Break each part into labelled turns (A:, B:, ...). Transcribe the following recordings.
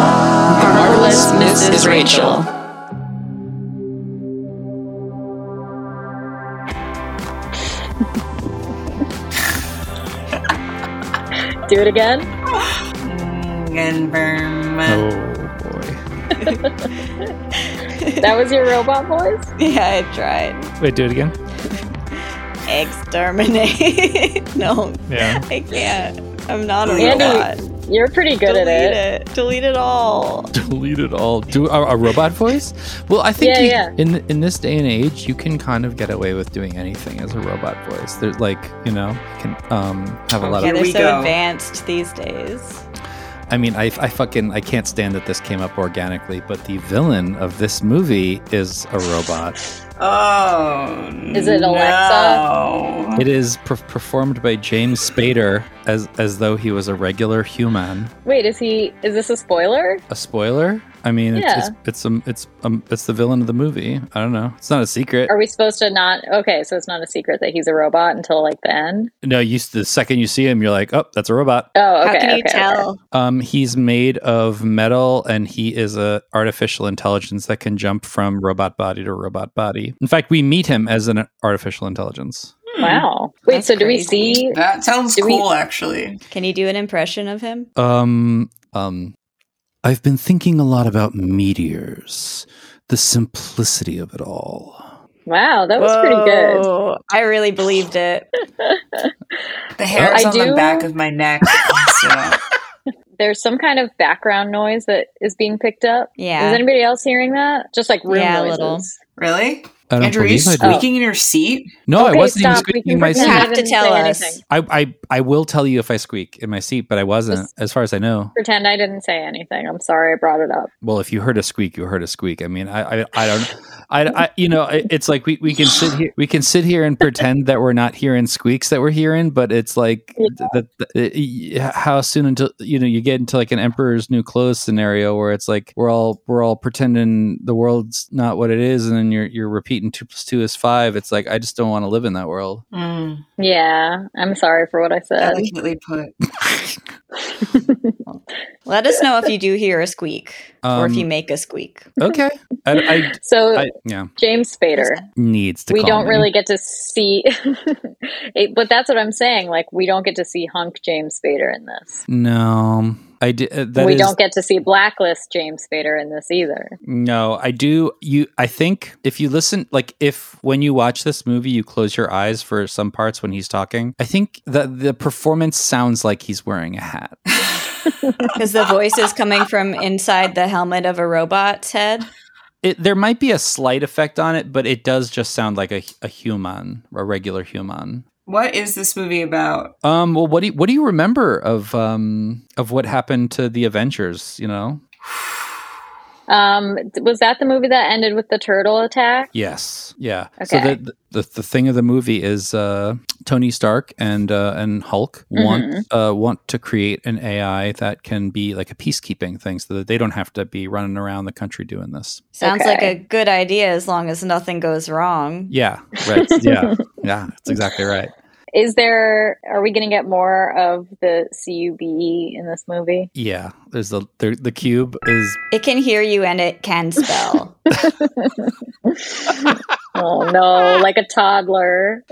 A: Marvelous Mrs. Rachel.
B: Do it again.
C: Gunverm.
D: Oh boy.
B: That was your robot voice.
C: Yeah, I tried.
D: Wait, do it again.
C: Exterminate. no,
D: Yeah.
C: I can't. I'm not a
B: Andy,
C: robot.
B: You're pretty good
C: Delete
B: at it.
C: it. Delete it all.
D: Delete it all. Do a, a robot voice? Well, I think
B: Yeah,
D: you-
B: yeah.
D: in in this day and age, you can kind of get away with doing anything as a robot voice. There's like you know can um have a lot
C: Yeah,
D: of.
C: they're
E: we
C: so
E: go.
C: advanced these days.
D: I mean, I I fucking I can't stand that this came up organically, but the villain of this movie is a robot.
E: Oh.
B: Is it Alexa?
E: no.
D: It is per- performed by James Spader as as though he was a regular human.
B: Wait, is he? Is this a spoiler?
D: A spoiler? I mean, it's
B: Yeah.
D: it's it's um, it's um, it's the villain of the movie. I don't know. It's not a secret.
B: Are we supposed to not? Okay, so it's not a secret that he's a robot until like the end.
D: No, you s- the second you see him, you're like, oh, that's a robot.
B: Oh, okay.
C: How can
B: okay,
C: you
B: okay.
C: tell?
D: Um, he's made of metal, and he is a artificial intelligence that can jump from robot body to robot body. In fact, we meet him as an artificial intelligence.
B: Hmm. Wow. Wait,
C: That's
B: so do we
C: crazy.
B: see?
E: That sounds
B: Do we-
E: cool, actually.
C: Can you do an impression of him?
D: Um, um, I've been thinking a lot about meteors, the simplicity of it all.
B: Wow, that was pretty good.
C: Whoa, I really believed it.
E: The hairs
B: I
E: on
B: do-
E: the back of my neck. so-
B: There's some kind of background noise that is being picked up.
C: Yeah.
B: Is anybody else hearing that? Just like room
C: Yeah, a
B: noises.
C: little.
E: Really?
D: I don't
E: Andrew, are you
D: believe I do.
E: squeaking in your seat?
D: No, Oh, I
B: Okay,
D: wasn't even
B: stop. We
D: squeaking
B: can
D: my
B: pretend
C: You
D: seat.
B: I
C: have to
B: didn't
C: tell
B: say
C: us.
B: anything.
D: I, I I will tell you if I squeak in my seat, but I wasn't,
B: Just-
D: as far as I know.
B: Pretend I didn't say anything. I'm sorry I brought it up.
D: Well, if you heard a squeak, you heard a squeak. I mean, I I, I don't, I, I you know, I- it's like we, we can sit here we can sit here and pretend that we're not hearing squeaks that we're hearing, but it's like
B: Yeah.
D: that that- how soon until you know you get into like an emperor's new clothes scenario where it's like we're all we're all pretending the world's not what it is, and then you're you're repeating two plus two is five. It's like I just don't want to live in that world.
E: Mm,
B: Yeah, I'm sorry for what I said.
E: delicately put.
C: Let us know if you do hear a squeak or
D: Um,
C: if you make a squeak.
D: Okay, I,
B: So,
D: I, I yeah
B: James Spader.
D: needs to.
B: we
D: call
B: don't
D: me.
B: really get to see it, but that's what i'm saying like we don't get to see hunk james spader in this
D: No, I did. Uh, that
B: we
D: is-
B: don't get to see blacklist james spader in this either
D: No, I do. You, I think if you listen, like if when you watch this movie, you close your eyes for some parts when he's talking. I think that the performance sounds like he's wearing a hat.
C: Because the voice is coming from inside the helmet of a robot's head.
D: It, there might be a slight effect on it, but it does just sound like a, a human, a regular human.
E: What is this movie about?
D: Um, well, what do you, what do you remember of um of what happened to the Avengers? You know,
B: um was that the movie that ended with the turtle attack
D: Yes. Yeah.
B: Okay.
D: So the, the the thing of the movie is uh, Tony Stark and uh, and Hulk want uh, want to create an AI that can be like a peacekeeping thing, so that they don't have to be running around the country doing this.
C: Sounds like
B: Okay.
C: a good idea as long as nothing goes wrong.
D: Yeah. Right. yeah. Yeah. That's exactly right.
B: is there are we gonna get more of the cube E in this movie
D: Yeah. There's the there, the cube is
C: It can hear you and it can spell.
B: oh no like a toddler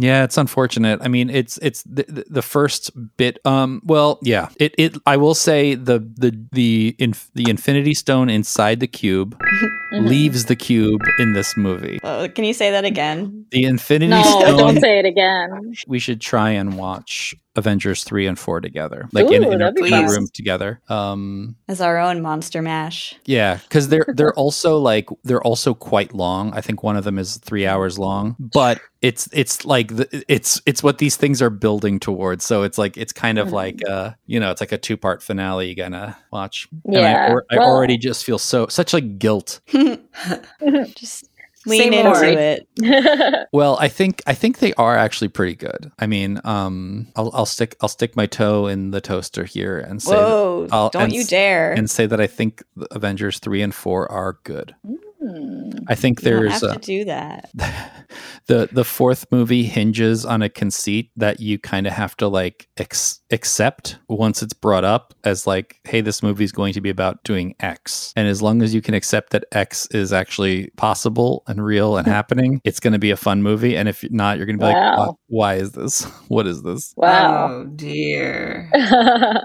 D: Yeah, it's unfortunate. I mean, it's it's the, the- the first bit. Um, well, yeah. It it I will say the the the inf- the Infinity Stone inside the cube
B: Mm-hmm.
D: leaves the cube in this movie.
C: oh, can you say that again?
D: The Infinity
B: no don't
D: Stone.
B: say it again
D: We should try and watch Avengers three and four together, like
B: Ooh,
D: in, in, a,
B: that'd be
D: in a
E: fun.
D: room together. Um,
C: As our own monster mash.
D: yeah, because they're they're also like they're also quite long. I think one of them is three hours long, but it's it's like the, it's it's what these things are building towards. So it's like it's kind
B: Mm-hmm.
D: of like uh you know it's like a two part finale you're gonna watch.
B: Yeah,
D: and I, or, I
B: well-
D: already just feel so such like guilt.
C: Just
E: Say
C: lean
E: more.
C: into it.
D: Well, I think I think they are actually pretty good. I mean, um, I'll, I'll stick I'll stick my toe in the toaster here and say that-
C: Whoa,
D: I'll-
C: don't
D: and
C: you
D: s-
C: dare.
D: and say that I think the Avengers three and four are good.
B: Hmm.
D: I think
C: You don't
D: there's
C: have
D: uh,
C: to do that.
D: the the fourth movie hinges on a conceit that you kind of have to like ex- accept once it's brought up as like hey this movie is going to be about doing x and as long as you can accept that x is actually possible and real
B: Hmm.
D: and happening it's going to be a fun movie and if not you're going to be like
B: Wow.
D: "Why- why is this what is this
B: Wow.
E: Oh dear.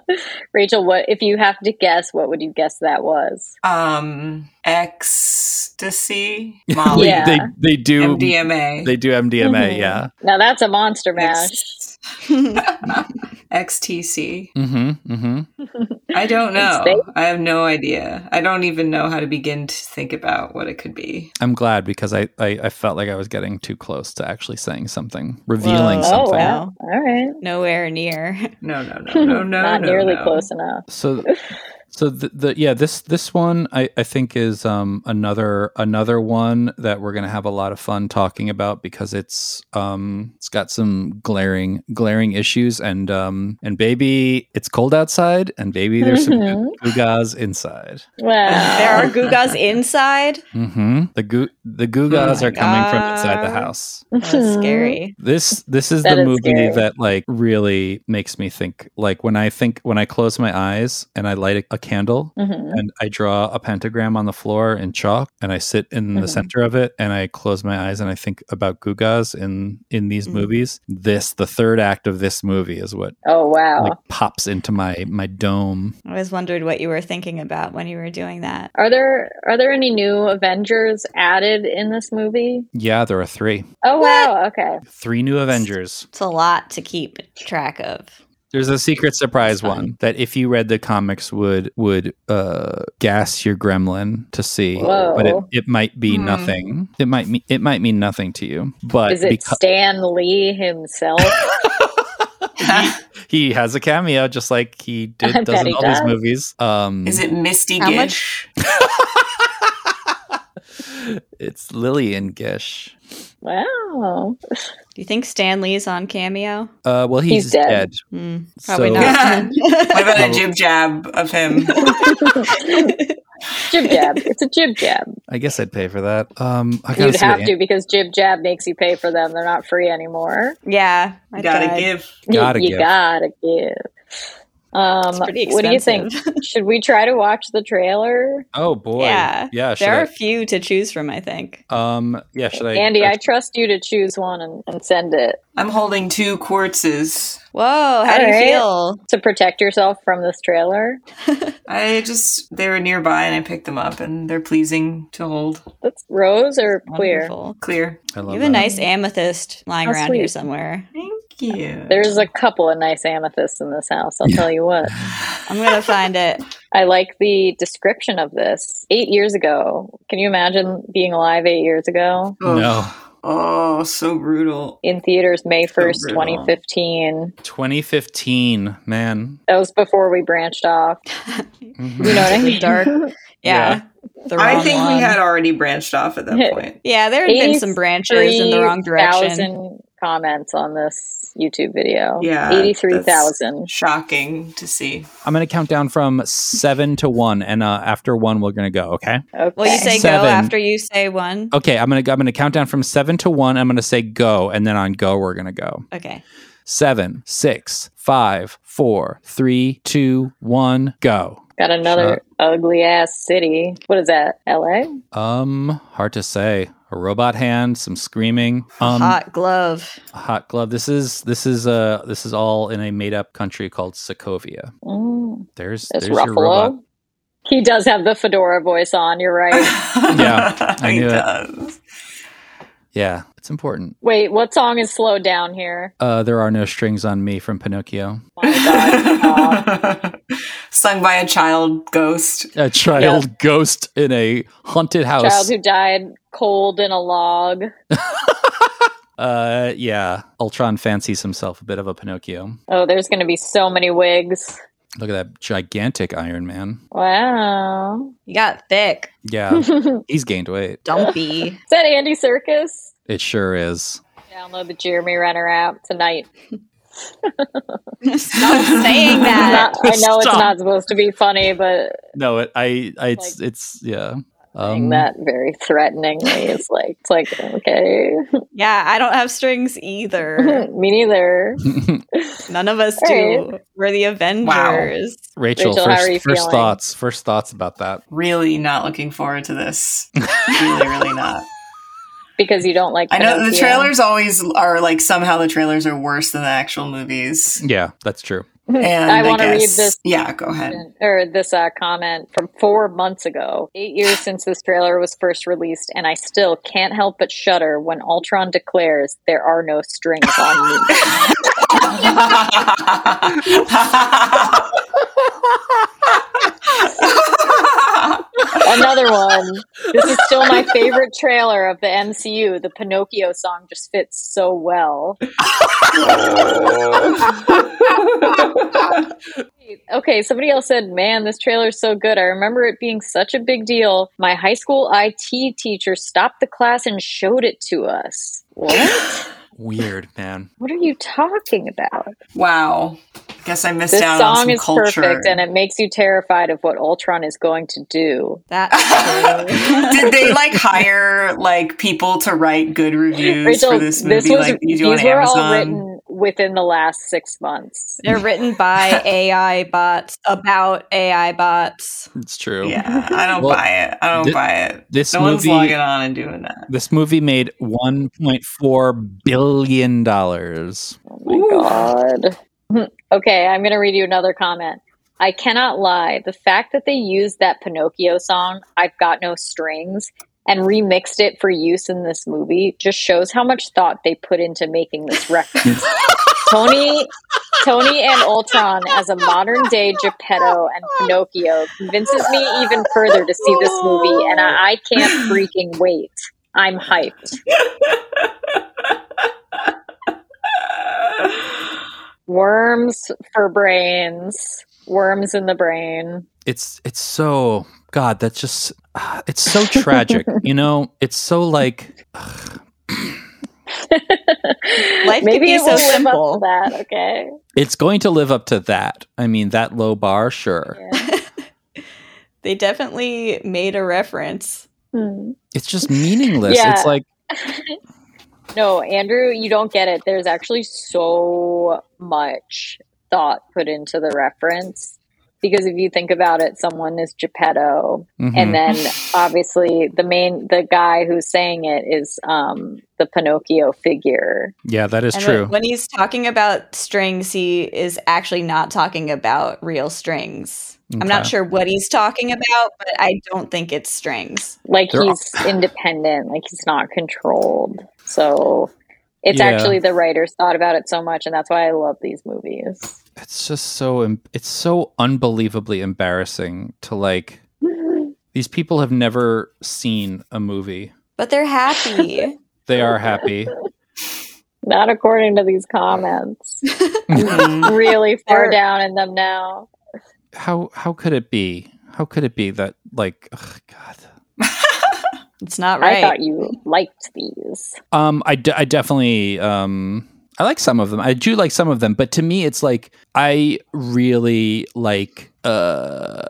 B: Rachel, what if you have to guess, what would you guess that was?
E: Um, ecstasy,
D: They-
E: Molly,
B: Yeah. Mm-hmm.
D: they they do
E: MDMA,
D: they do MDMA
C: Mhm.
D: yeah
B: Now that's a monster mash.
E: Ex- XTC.
D: mhm mhm
E: I don't
B: Space?
E: know. I have no idea. I don't even know how to begin to think about what it could be.
D: I'm glad because I, I I felt like I was getting too close to actually saying something revealing
C: Whoa.
B: Oh
D: something
B: wow. All right.
C: Nowhere near.
E: No, no, no, no, no.
B: Not
E: no,
B: nearly
E: no.
B: close enough.
D: so th- so the, the yeah this this one I, I think is um another another one that we're gonna have a lot of fun talking about because it's um it's got some glaring glaring issues and um and baby it's cold outside and baby there's some
B: Mhm.
D: goo- googas inside
B: Wow.
C: There are Gugas inside.
D: hmm the goo
B: Oh
D: the googas
C: my
D: are coming from inside the
C: God.
D: house
C: That's scary.
D: this this is
B: That
D: the
B: is
D: movie
B: scary.
D: that like really makes me think like when i think when i close my eyes and i light a, a candle
B: Mhm.
D: and i draw a pentagram on the floor in chalk and i sit in the
B: Mhm.
D: center of it and i close my eyes and i think about gugas in in these
B: Mm-hmm.
C: Mhm.
D: movies this the third act of this movie is what
B: Oh wow.
D: like pops into my my dome
C: I always wondered what you were thinking about when you were doing that.
B: Are there are there any new Avengers added in this movie?
D: yeah there are three
B: Oh wow, okay.
D: three new avengers
C: It's a lot to keep track of.
D: There's a secret surprise
C: That's fine.
D: one that if you read the comics would would uh, gas your gremlin to see,
B: Whoa.
D: but it, it might be
E: Hmm.
D: nothing. It might me- it might mean nothing to you, but
B: Is it
D: because
B: Stan Lee himself?
D: he has a cameo, just like he
B: I
D: did
B: bet
D: does in
B: he
D: all
B: does.
D: these movies. Um,
E: Is it Misty
C: How
E: Gish?
D: it's Lillian Gish.
B: wow.
C: Do you think Stan Lee's on cameo?
D: Uh, well, he's,
B: He's dead.
D: dead.
C: Hmm, probably
D: So-
C: not.
E: What about a
D: Probably.
E: jib jab of him?
B: Jib jab. It's a jib jab.
D: I guess I'd pay for that. Um, I gotta
B: You'd
D: see what
B: have to because jib jab makes you pay for them. They're not free anymore.
C: yeah, I
E: Gotta
C: tried.
E: give.
B: You-
D: Gotta
B: you,
D: give.
B: gotta give. Um,
C: It's pretty
B: what do you think? Should we try to watch the trailer?
D: Oh boy,
C: Yeah.
D: yeah. Should
C: There are
D: I,
C: a few to choose from. I think.
D: um, yeah. Should I?
B: Andy, I trust you to choose one and, and send it
E: I'm holding two quartzes.
C: Whoa, how do you
B: Alright.
C: feel?
B: to protect yourself from this trailer.
E: I just they were nearby and I picked them up and they're pleasing to hold.
B: That's Rose or Queer?
C: Wonderful.
E: Clear.
D: I
C: You
D: love
C: have
D: that.
C: a nice amethyst lying
B: How
C: around here
B: sweet.
C: somewhere.
E: Thank you.
B: There's a couple of nice amethysts in this house, I'll tell you what.
C: I'm gonna find it.
B: I like the description of this. Eight years ago. Can you imagine being alive eight years ago?
E: oh,
D: No.
E: Oh, so brutal.
B: In theaters, May 1st,
E: brutal.
B: 2015.
D: 2015, man.
B: That was before we branched off.
D: Mhm.
B: You know what I
C: The
B: mean?
C: dark- Yeah, the wrong
E: I think
C: one.
E: we had already branched off at that point.
C: Yeah, there had been some branches in the wrong direction.
B: 83,000 comments on this YouTube video.
E: Yeah,
B: 83,000.
E: Shocking to see.
D: I'm gonna count down from seven to one, and uh, after one, we're gonna go. Okay.
B: Okay.
C: Well, you say go
D: Seven.
C: after you say one.
D: Okay. I'm gonna I'm gonna count down from seven to one. I'm gonna say go, and then on go, we're gonna go.
C: Okay.
D: Seven, six, five, four, three, two, one, go.
B: Got another ugly ass city. What is that? LA?
D: Um, hard to say. A robot hand, some screaming. Um,
C: Hot glove.
D: a hot glove. This is this is uh this is all in a made up country called Sokovia.
B: Mm,
D: There's
B: there's
D: there's your robot.
B: Ruffalo. He does have the fedora voice on. You're right.
E: yeah,
D: I
E: he
D: knew it.
E: does.
D: Yeah, it's important.
B: Wait, what song is "Slow Down" here?
D: Uh, there are no strings on me from Pinocchio.
B: My God. Uh,
E: Sung by a child ghost.
D: a child ghost in a haunted house.
B: child who died cold in a log.
D: Uh, yeah, Ultron fancies himself a bit of a Pinocchio.
B: Oh, there's going to be so many wigs.
D: Look at that gigantic Iron Man.
B: Wow.
C: You got thick,
D: Yeah,
B: is
D: he's gained weight.
C: dumpy.
B: that Andy Circus?
D: It sure is.
B: Download the Jeremy Renner app tonight.
C: Stop saying that.
B: Not- I know it's
D: Stop.
B: not supposed to be funny, but
D: No, it, I, I, it's, it's, yeah. Um,
B: that very threateningly is like it's like okay,
C: Yeah, I don't have strings either.
B: me neither.
C: None of us
B: All
C: do. We're the Avengers.
D: Rachel,
B: Rachel, how are you
D: first, first
B: feeling?
D: thoughts. First thoughts about that.
E: Really not looking forward to this. really, really not.
B: Because you don't like.
E: I know the
B: Pinocchio.
E: trailers always are like somehow the trailers are worse than the actual movies.
D: Yeah, that's true.
E: And
B: I want to read
E: guess-
B: this
E: Yeah, go ahead.
B: or this uh, comment from four months ago. Eight years since this trailer was first released, and I still can't help but shudder when Ultron declares there are no strings on me. Another one. This is still my favorite trailer of the MCU. The Pinocchio song just fits so well. Okay, somebody else said, Man, this trailer's so good. I remember it being such a big deal. My high school IT teacher stopped the class and showed it to us. What?
D: Weird, man.
B: What are you talking about?
E: wow. Guess I missed
B: This
E: out on
B: song
E: some
B: is
E: culture.
B: perfect and it makes you terrified of what Ultron is going to do.
C: That's true.
E: Did they like hire like people to write good reviews for this movie like you do on
B: these were all
E: Amazon?
B: written within the last six months.
C: They're written by AI bots about AI bots.
D: It's true.
E: Yeah, I don't
D: Well,
E: buy it. I don't
D: thi-
E: buy it.
D: This
E: No one's
D: movie.
E: logging on and doing that.
D: This movie made 1.4 billion dollars.
B: Oh my god. okay, I'm gonna read you another comment. I cannot lie. The fact that they used that Pinocchio song, I've Got No Strings, and remixed it for use in this movie just shows how much thought they put into making this reference. Tony Tony and Ultron as a modern day Geppetto and Pinocchio convinces me even further to see this movie and I, I can't freaking wait. I'm hyped. Worms for brains. Worms in the brain.
D: It's it's so God. That's just ah, it's so tragic. you know, it's so like
C: Life could be
B: it
C: so
B: will live up
C: simple.
B: to that, okay?
D: it's going to live up to that. I mean, that low bar, sure.
C: They definitely made a reference.
B: Hmm.
D: It's just meaningless.
B: Yeah.
D: It's like
B: No, Andrew, you don't get it. There's actually so much thought put into the reference because if you think about it, someone is Geppetto,
D: mhm.
B: and then obviously the main the guy who's saying it is um, the Pinocchio figure.
D: yeah, that is
C: and
D: true.
C: When he's talking about strings, he is actually not talking about real strings. I'm not
D: Okay.
C: sure what he's talking about, but I don't think it's strings.
B: Like
D: They're all-
B: he's independent, like he's not controlled. So it's
D: Yeah.
B: actually the writers thought about it so much, and that's why I love these movies.
D: it's just so em- it's so unbelievably embarrassing to like these people have never seen a movie.
C: But they're happy.
D: They are happy.
B: Not according to these comments. really far
C: They're-
B: down in them now.
D: how how could it be? How could it be that like ugh, God?
C: it's not right.
B: I thought you liked these.
D: Um, I, de- I definitely um I like some of them. I do like some of them, but to me, it's like I really like uh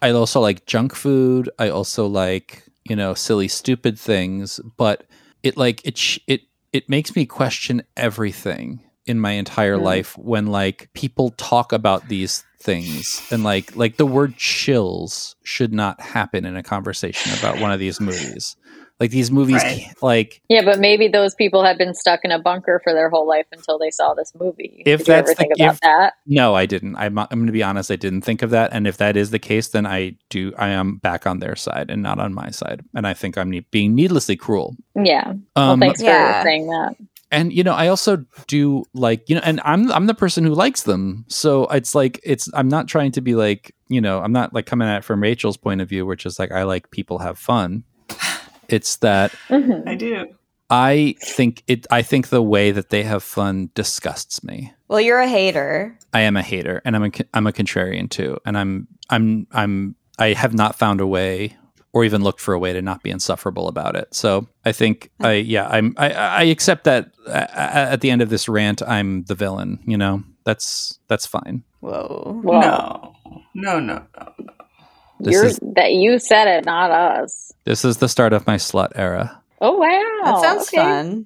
D: I also like junk food. I also like you know silly stupid things, but it like it sh- it it makes me question everything in my entire
B: Mm.
D: life when like people talk about these things and like like the word chills should not happen in a conversation about one of these movies like these movies
E: Right.
D: can't- like
B: Yeah, but maybe those people had been stuck in a bunker for their whole life until they saw this movie. Did
D: If
B: you
D: that's
B: ever
D: the-
B: think about
D: if-
B: that?
D: No, I didn't. I'm, I'm going to be honest. I didn't think of that. And if that is the case, then I do. I am back on their side and not on my side. And I think I'm ne- being needlessly cruel.
B: Yeah. Well,
D: Um,
B: thanks
C: Yeah.
B: for saying that.
D: and you know, I also do like you know, and I'm I'm the person who likes them. So it's like it's. I'm not trying to be like you know. I'm not like coming at it from Rachel's point of view, which is like I like people have fun. It's that
B: Mhm.
E: I do.
D: I think it. I think the way that they have fun disgusts me.
C: well, you're a hater.
D: I am a hater and I'm a I'm a contrarian too and I'm I'm I'm I have not found a way or even looked for a way to not be insufferable about it. So I think I yeah I'm I, I accept that uh, at the end of this rant I'm the villain. You know that's that's fine.
C: Whoa.
B: Well,
E: No. No, no, no.
D: This
B: You're,
D: is-
B: that you said it, not us.
D: This is the start of my slut era.
B: Oh wow,
C: That sounds
B: okay.
C: fun.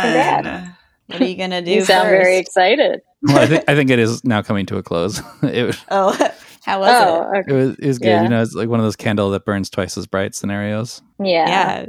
E: Fun.
C: What are you gonna do?
B: You sound
C: first?
B: very excited.
D: Well, I, think, I think it is now coming to a close. it, was-
C: Oh, how was
B: Oh,
C: it?
B: okay.
D: it was it was good.
B: Yeah.
D: You know, it's like one of those candle that burns twice as bright scenarios.
B: yeah.
C: Yeah.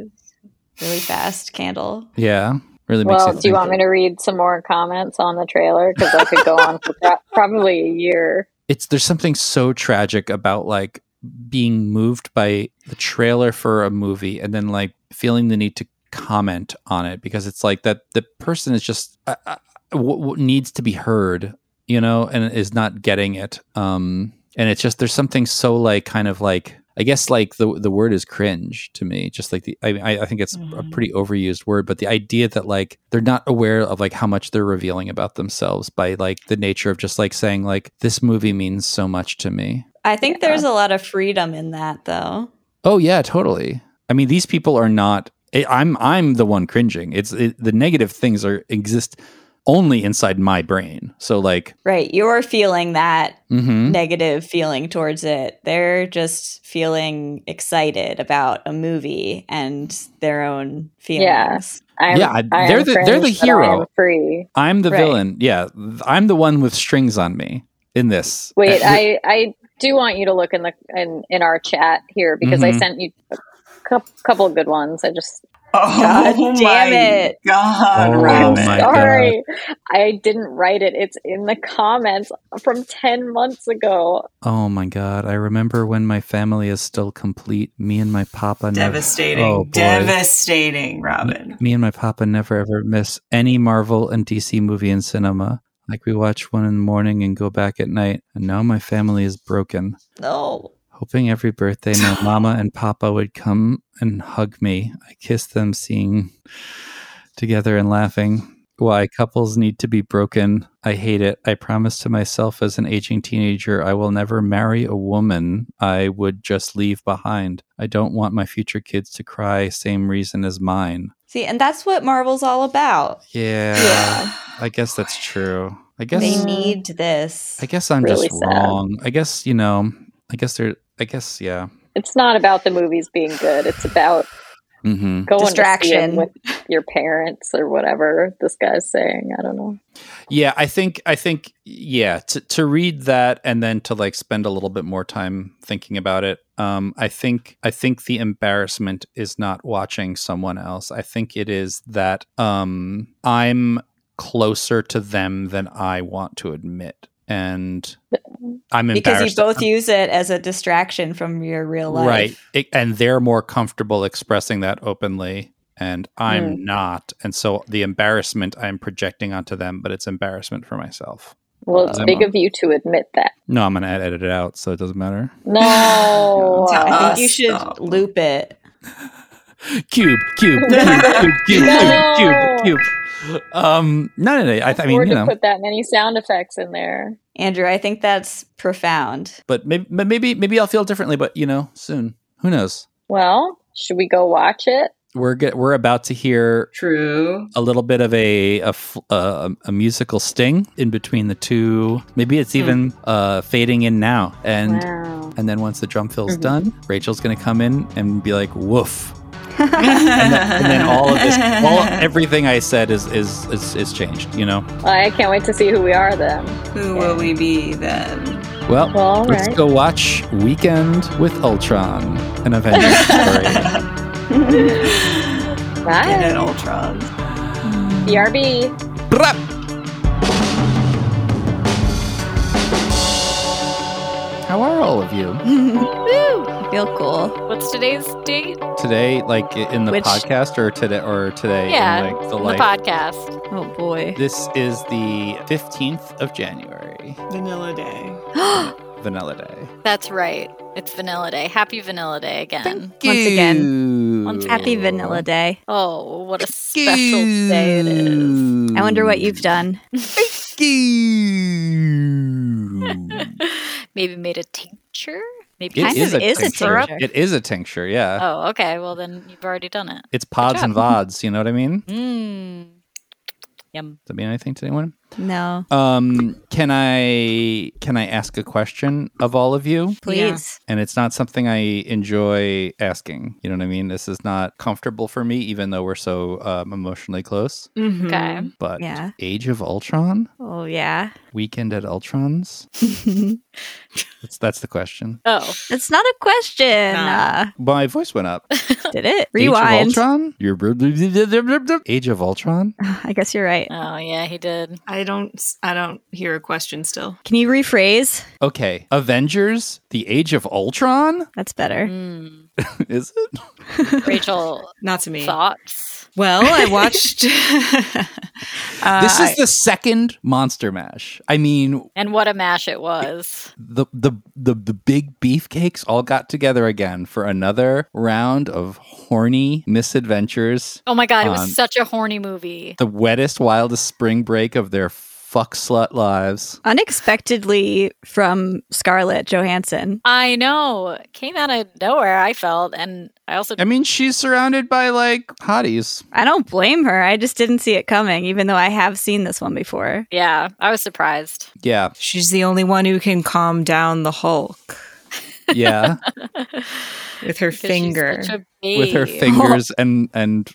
C: really fast candle.
D: Yeah, really makes
B: Well,
D: you.
B: do you want me to read some more comments on the trailer? Because I could go on for pro- probably a year.
D: It's there's something so tragic about like being moved by the trailer for a movie and then like feeling the need to comment on it because it's like that the person is just uh, uh, what, what needs to be heard, you know, and is not getting it. Um, and it's just there's something so like kind of like I guess like the the word is cringe to me. Just like the I I I think it's a
E: Mhm.
D: pretty overused word, but the idea that like they're not aware of like how much they're revealing about themselves by like the nature of just like saying like this movie means so much to me.
C: I think
B: Yeah.
C: there's a lot of freedom in that, though.
D: Oh yeah, totally. I mean, these people are not. I- I'm I'm the one cringing. It's it, the negative things are exist only inside my brain. So like,
C: Right. You're feeling that
D: hmm
C: negative feeling towards it. They're just feeling excited about a movie and their own feelings.
B: I'm,
D: Yeah, I-
B: I am
D: they're the- they're
B: cringe,
D: the
B: but I am
D: hero.
B: free.
D: I'm the
C: Right.
D: villain. Yeah, th- I'm the one with strings on me in this.
B: Wait,
D: Uh,
B: I I do want you to look in the in in our chat here because I
D: Mhm.
B: sent you a cou- couple of good ones. I just
E: Oh
C: God damn
E: my
C: it.
E: God,
D: Oh
E: Robin.
D: my God.
B: sorry, I didn't write it. It's in the comments from ten months ago.
D: Oh my god, I remember when my family is still complete. Me and my papa never
E: Devastating.
D: Oh, boy.
E: Devastating, Robin.
D: me and my papa never ever miss any Marvel and DC movie in cinema. Like we watch one in the morning and go back at night, and now my family is broken.
C: No.
D: Hoping every birthday my mama and papa would come and hug me. I kiss them seeing together and laughing. Why couples need to be broken. I hate it. I promise to myself as an aging teenager I will never marry a woman I would just leave behind. I don't want my future kids to cry same reason as mine.
C: See, and that's what Marvel's all about.
D: Yeah.
C: Yeah.
D: I guess that's true. I guess
C: They
B: Yes.
C: need this.
D: I guess I'm
B: Really
D: just
B: sad.
D: wrong. I guess, you know, I guess there I guess yeah.
B: It's not about the movies being good. It's about
D: Mm-hmm.
B: going to see them
C: Distraction.
B: with your parents or whatever this guy's saying. I don't know.
D: Yeah, I think I think yeah, to to read that and then to like spend a little bit more time thinking about it. Um I think I think the embarrassment is not watching someone else. I think it is that um I'm closer to them than I want to admit and I'm
C: because
D: embarrassed
C: you both use it as a distraction from your real life.
D: Right. It- and they're more comfortable expressing that openly. And
C: Mm.
D: I'm not. And so the embarrassment I'm projecting onto them, but it's embarrassment for myself.
B: Well, it's
D: Uh, Zemo.
B: big of you to admit that.
D: No, I'm going to edit it out. So it doesn't matter.
B: No.
E: Tell
C: I think
E: us,
C: you should
E: though.
C: loop it.
D: Cube, cube, cube, cube, cube,
B: No.
D: cube, cube, cube. Um, no, no, no. I, th- I mean,
B: Afford
D: you
B: to
D: know,
B: put that many sound effects in there.
C: Andrew, I think that's profound.
D: but maybe, but maybe, maybe I'll feel differently, but you know, soon. Who knows?
B: Well, should we go watch it?
D: We're get, we're about to hear
E: True.
D: a little bit of a a, f- a- a musical sting in between the two. Maybe
B: Hmm.
D: it's even uh, fading in now, and
B: wow.
D: and then once the drum fill's
B: Mhm.
D: done, Rachel's gonna come in and be like, "Woof," and then, and then all of this, all everything I said is is is, is changed. You know.
B: I can't wait to see who we are then.
E: Who will we be then?
D: Well,
B: Well, all
D: let's
B: right.
D: go watch Weekend with Ultron, an Avengers story.
E: In
B: Bye.
E: an Ultron.
B: BRB.
D: Brap! How are all of you?
C: Woo! Feel cool.
F: What's today's date?
D: today like i- in the
C: Which-
D: podcast or today or today
F: yeah,
D: in like the
F: in
D: life
F: podcast.
C: Oh boy.
D: this is the 15th of january
E: Vanilla Day.
D: vanilla day
F: That's right. It's Vanilla Day. Happy Vanilla Day again.
C: Once again.
F: Once
C: Happy Vanilla Day.
F: Oh, what a special day it is.
C: I wonder what you've done.
F: Maybe made a tincture? Maybe
D: It
C: Kind
D: is
C: of
D: a
C: is a
D: tincture.
C: tincture.
D: It is a tincture, yeah.
F: Oh, okay. Well, then you've already done it.
D: It's pods and vods, you know what I mean?
C: Mm.
F: Mmm. Yum.
D: Does that mean anything to anyone?
C: No,
D: Um, can I can I ask a question of all of you?
C: please.
D: And it's not something I enjoy asking. You know what I mean? This is not comfortable for me, even though we're so um, emotionally close.
E: Mhm.
F: Okay.
D: But
C: Mm, Yeah.
D: Age of Ultron,
C: Oh yeah.
D: Weekend at Ultron's. That's that's the question.
F: Oh,
C: It's not a question.
F: Nah.
D: My voice went up.
C: Uh, did it?
D: Age of
C: Rewind.
D: Ultron. You're Age of Ultron.
C: I guess you're right.
F: oh yeah, he did.
E: I don't. I don't hear a question still.
C: Can you rephrase?
D: Okay, Avengers: The Age of Ultron.
C: That's better.
F: Mm.
D: Is it?
F: Rachel,
E: Not to me.
F: thoughts?
E: Well, I watched.
D: Mm.
E: Uh,
D: this
E: I-
D: is the second Monster Mash. I mean,
F: And what a mash it was.
D: the the the the big beefcakes all got together again for another round of horny misadventures.
F: Oh my god, it
D: Um,
F: was such a horny movie.
D: The wettest, wildest spring break of their fuck slut lives.
C: Unexpectedly from Scarlett Johansson.
F: I know. Came out of nowhere, I felt. And I also
D: I mean, she's surrounded by like hotties.
C: I don't blame her. I just didn't see it coming, even though I have seen this one before.
F: Yeah, I was surprised.
D: Yeah,
E: she's the only one who can calm down the Hulk
D: yeah,
E: with her
F: Because she's
E: finger.
F: such a
D: with her
F: babe.
D: fingers and and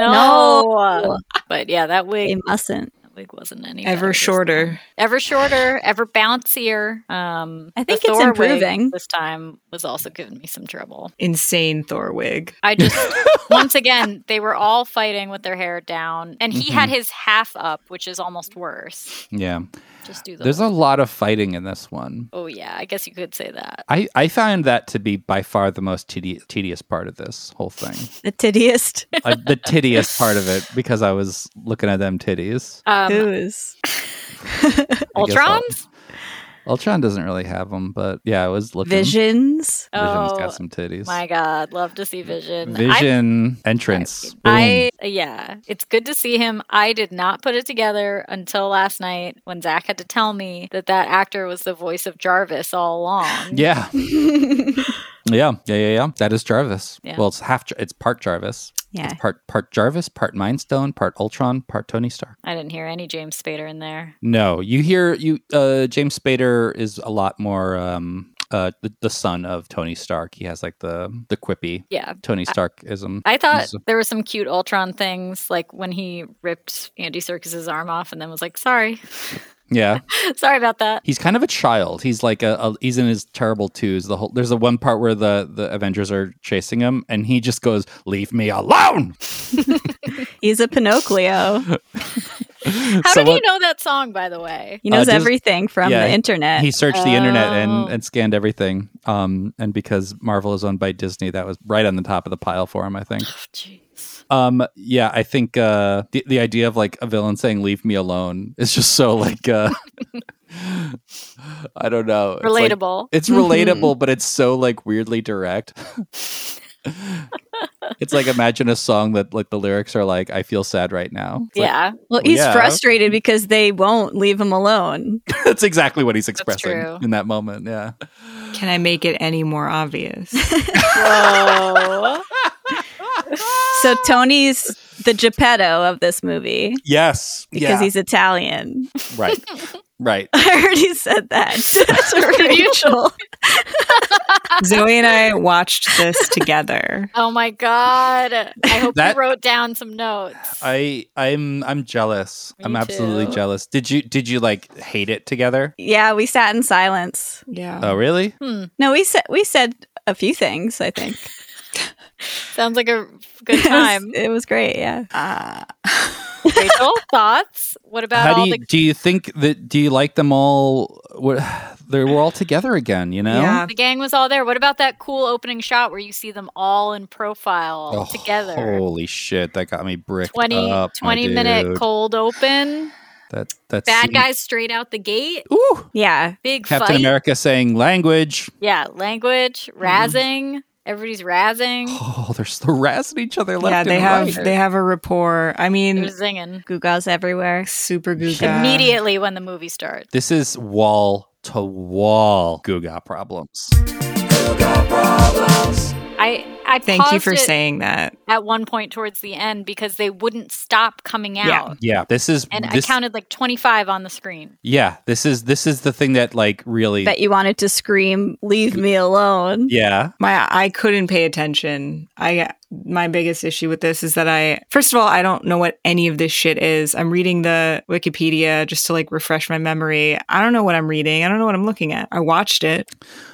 F: No. But yeah, that wig
C: They mustn't.
F: that wig wasn't any better
E: Ever
F: this
E: shorter.
F: time. Ever shorter, ever bouncier. Um
C: I
F: the
C: think it's
F: Thor wig
C: improving.
F: This time was also giving me some trouble.
E: Insane Thor wig.
F: I just once again, they were all fighting with their hair down and he had
D: Mm-hmm.
F: his half up, which is almost worse.
D: yeah.
F: Just do the
D: There's a lot of fighting in this one.
F: Oh yeah, I guess you could say that.
D: I, I found that to be by far the most tedious, tedious part of this whole thing.
C: The tittiest
D: uh, the tittiest part of it because I was looking at them titties.
F: Um,
C: ooze.
D: I guess
F: Ultron's?
D: Ul- Ultron doesn't really have them, but yeah, I was looking. Vision's
C: Visions.
F: Oh,
D: got some titties.
F: My God, love to see Vision. I
D: Vision entrance. Boom.
F: I uh, yeah, it's good to see him. I did not put it together until last night when Zach had to tell me that that actor was the voice of Jarvis all along.
D: yeah. yeah, yeah, yeah, yeah. That is Jarvis.
F: Yeah.
D: Well, it's half. Jar- It's part Jarvis.
C: Yeah.
D: Part part Jarvis. Part Mind Stone. Part Ultron. Part Tony Stark.
F: I didn't hear any James Spader in there.
D: No, you hear you. Uh, James Spader is a lot more. Um, uh, the, the son of Tony Stark. He has like the the quippy
F: Yeah.
D: Tony Starkism.
F: I thought
D: He's a-
F: there were some cute Ultron things, like when he ripped Andy Circus's arm off and then was like, "Sorry,
D: yeah.
F: sorry about that."
D: He's kind of a child. He's like a, a he's in his terrible twos. The whole there's a one part where the the Avengers are chasing him, and he just goes, "Leave me alone."
C: He's a Pinocchio.
D: Uh,
F: How did he know that song, by the way?
C: He knows
D: just-
C: everything from
D: yeah,
C: the internet.
D: He searched the internet and,
F: Oh.
D: and scanned everything. Um, and because Marvel is owned by Disney, that was right on the top of the pile for him, I think.
F: Jeez.
D: Um, yeah, I think uh, the the idea of like a villain saying "Leave me alone" is just so like uh, I don't know, It's like-
F: Relatable.
D: It's
C: Mhm.
D: relatable, but it's so like weirdly direct. it's like imagine a song that like the lyrics are like "I feel sad right now." It's like,
F: yeah,
C: well, he's
D: yeah.
C: frustrated because they won't leave him alone.
D: that's exactly what he's expressing
F: true.
D: in that moment. Yeah,
E: Can I make it any more obvious?
F: Whoa.
C: So Tony's the Geppetto of this movie
D: yes,
C: because he's Italian.
D: he's right, right.
C: I already said that to Rachel.
E: Zoe and I watched this together.
F: Oh my god! I hope
D: That-
F: you wrote down some notes.
D: I I'm I'm jealous.
F: Me
D: I'm absolutely
F: too.
D: jealous. Did you did you like hate it together?
C: yeah, we sat in silence.
E: Yeah.
D: Oh really?
F: hmm.
C: No, we said we said a few things. I think
F: Sounds like a good
C: It was-
F: time.
C: It was, great. Yeah,
E: Uh,
F: Rachel, thoughts? What about
D: How
F: all
D: do you
F: the
D: do you think that do you like them all? What they were all together again? You know?
E: Yeah.
F: the gang was all there? What about that cool opening shot where you see them all in profile
D: Oh,
F: together?
D: Holy shit, that got me bricked
F: 20,
D: up. my
F: 20 minute
D: dude.
F: cold open.
D: That that's
F: Bad guys straight out the gate.
D: Ooh,
C: yeah.
F: Big
D: Captain
F: fight.
D: America saying language.
F: Yeah, language,
G: Mm-hmm.
F: razzing. Everybody's razzing.
D: Oh, they're still razzing each other left
E: yeah, they
D: and
E: have
D: right.
E: they have a rapport. I
F: They're
E: mean,
F: zinging.
C: Googles everywhere.
E: super good.
F: Immediately when the movie starts.
D: This is wall to wall Guga problems.
F: I I
G: Thank you
F: paused
G: for
F: it
G: saying that.
F: at one point towards the end because they wouldn't stop coming out.
G: Yeah.
D: Yeah, this is
F: And
D: this,
F: I counted like 25 on the screen.
D: Yeah, this is this is the thing that like really.
H: Bet you wanted to scream, "Leave me alone!"
D: yeah,
G: My I couldn't pay attention. I my biggest issue with this is that I first of all I don't know what any of this shit is. I'm reading the Wikipedia just to like refresh my memory. I don't know what I'm reading. I don't know what I'm looking at. I watched it.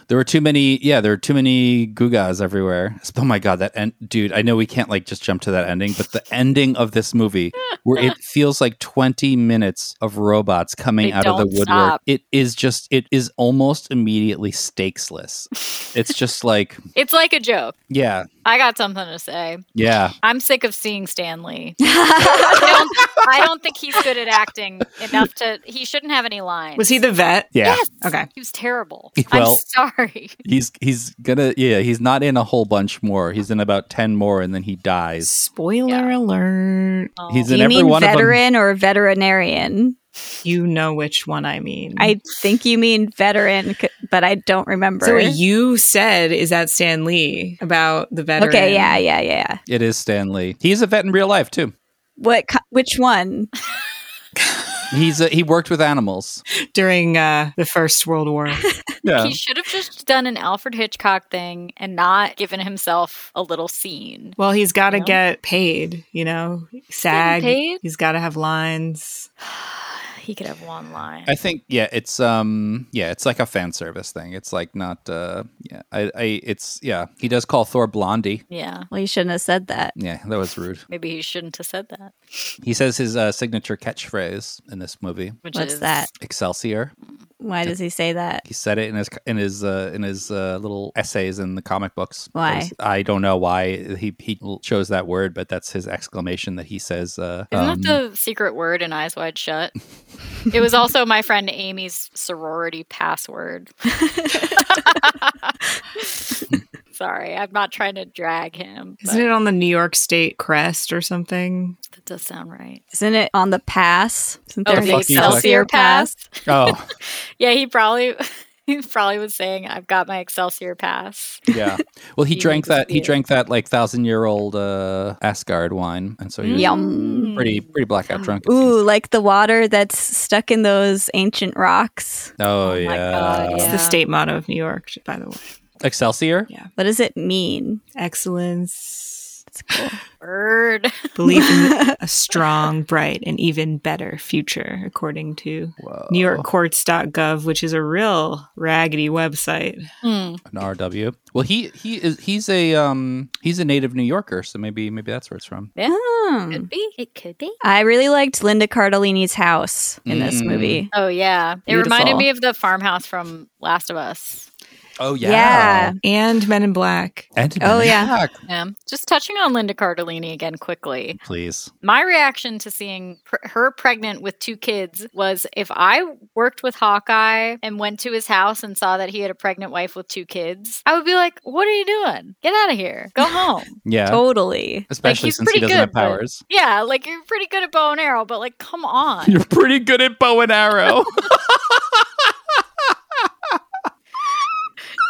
D: there were too many. Yeah, there were too many gugas everywhere. Oh my god, that end, dude! I know we can't like just jump to that ending, but the ending of this movie, where it feels like twenty minutes of robots coming
F: They
D: out of the
F: don't
D: woodwork,
F: stop.
D: it is just it is almost immediately stakesless. it's just like
F: It's like a joke.
D: yeah,
F: I got something to say.
D: yeah.
F: I'm sick of seeing Stanley. I, don't, I don't think he's good at acting enough to. He shouldn't have any lines.
G: Was he the vet?
D: Yeah,
F: Yes.
G: Okay.
F: He was terrible.
D: Well-
F: I'm sorry.
D: he's he's gonna yeah he's not in a whole bunch more. He's in about ten more, and then he dies.
G: Spoiler alert.
F: Oh.
D: He's
H: Do
D: in
H: you
D: every
H: mean
D: one of them.
H: veteran or veterinarian?
G: You know which one I mean.
H: I
D: Mm.
H: think you mean veteran, c- but I don't remember.
G: so what you said is that Stan Lee about the veteran.
H: okay, yeah, yeah, yeah. yeah.
D: It is Stanley. He's a vet in real life too.
H: What? co- Which one?
D: He's a, he worked with animals.
G: During uh, the First World War.
D: Yeah.
F: He should have just done an Alfred Hitchcock thing and not given himself a little scene.
G: Well, he's got to
F: Yeah.
G: get paid, you know, SAG.
F: paid?
G: He's got to have lines.
F: He could have one line.
D: I think yeah, it's um yeah, it's like a fan service thing. It's like not uh yeah, I I it's yeah, he does call Thor Blondie.
F: yeah.
H: Well, you shouldn't have said that.
D: Yeah, that was rude.
F: Maybe he shouldn't have said that.
D: He says his uh, signature catchphrase in this movie,
F: Which
H: What's
F: is
H: that?
D: Excelsior.
H: Why does he say that?
D: He said it in his in his uh, in his uh, little essays in the comic books.
H: Why?
D: There's- I don't know why he he chose that word, but that's his exclamation that he says. Uh,
F: Isn't
D: um,
F: that the secret word in Eyes Wide Shut? it was also my friend Amy's sorority password. Sorry, I'm not trying to drag him.
G: Isn't it on the New York State crest or something?
F: but That does sound right.
H: Isn't it on the pass? Isn't
F: Oh,
H: there
D: the
F: the
H: an
D: fucking Excelsior
F: Excelsior pass.
D: oh
F: Yeah, he probably he probably was saying, "I've got my Excelsior pass."
D: yeah. Well, he
F: He
D: drank
F: was
D: that. He
F: weird.
D: drank that like thousand year old uh, Asgard wine, and so he was
H: Yum.
D: pretty pretty blackout drunk. it seems.
H: Ooh, like the water that's stuck in those ancient rocks.
D: Oh,
F: Oh my
D: yeah.
F: God,
G: It's
F: Yeah.
G: the state motto of New York, by the way.
D: Excelsior.
H: What does it mean?
G: Excellence,
H: It's cool.
F: Word.
G: belief in a strong, bright, and even better future, according to
D: Whoa.
G: NewYorkCourts.gov, which is a real raggedy website.
F: Hmm.
D: An RW. Well, he he is he's a um he's a native New Yorker, so maybe maybe that's where it's from.
F: Yeah.
H: Hmm.
F: Could be. It could be.
H: I really liked Linda Cardellini's house in this
D: Mm.
H: movie.
F: Oh yeah, it
H: Beautiful.
F: reminded me of the farmhouse from Last of Us.
D: Oh
H: Yeah.
G: And Men in Black.
D: And
H: Oh, yeah.
F: Yeah. Just touching on Linda Cardellini again quickly.
D: Please.
F: My reaction to seeing pr- her pregnant with two kids was if I worked with Hawkeye and went to his house and saw that he had a pregnant wife with two kids, I would be like, "What are you doing? Get out of here. Go home."
D: Yeah.
H: Totally.
D: Especially
F: he's
D: since he
F: pretty
D: doesn't have
F: good, but-
D: powers.
F: yeah, like you're pretty good at bow and arrow, but like come on.
D: You're pretty good at bow and arrow.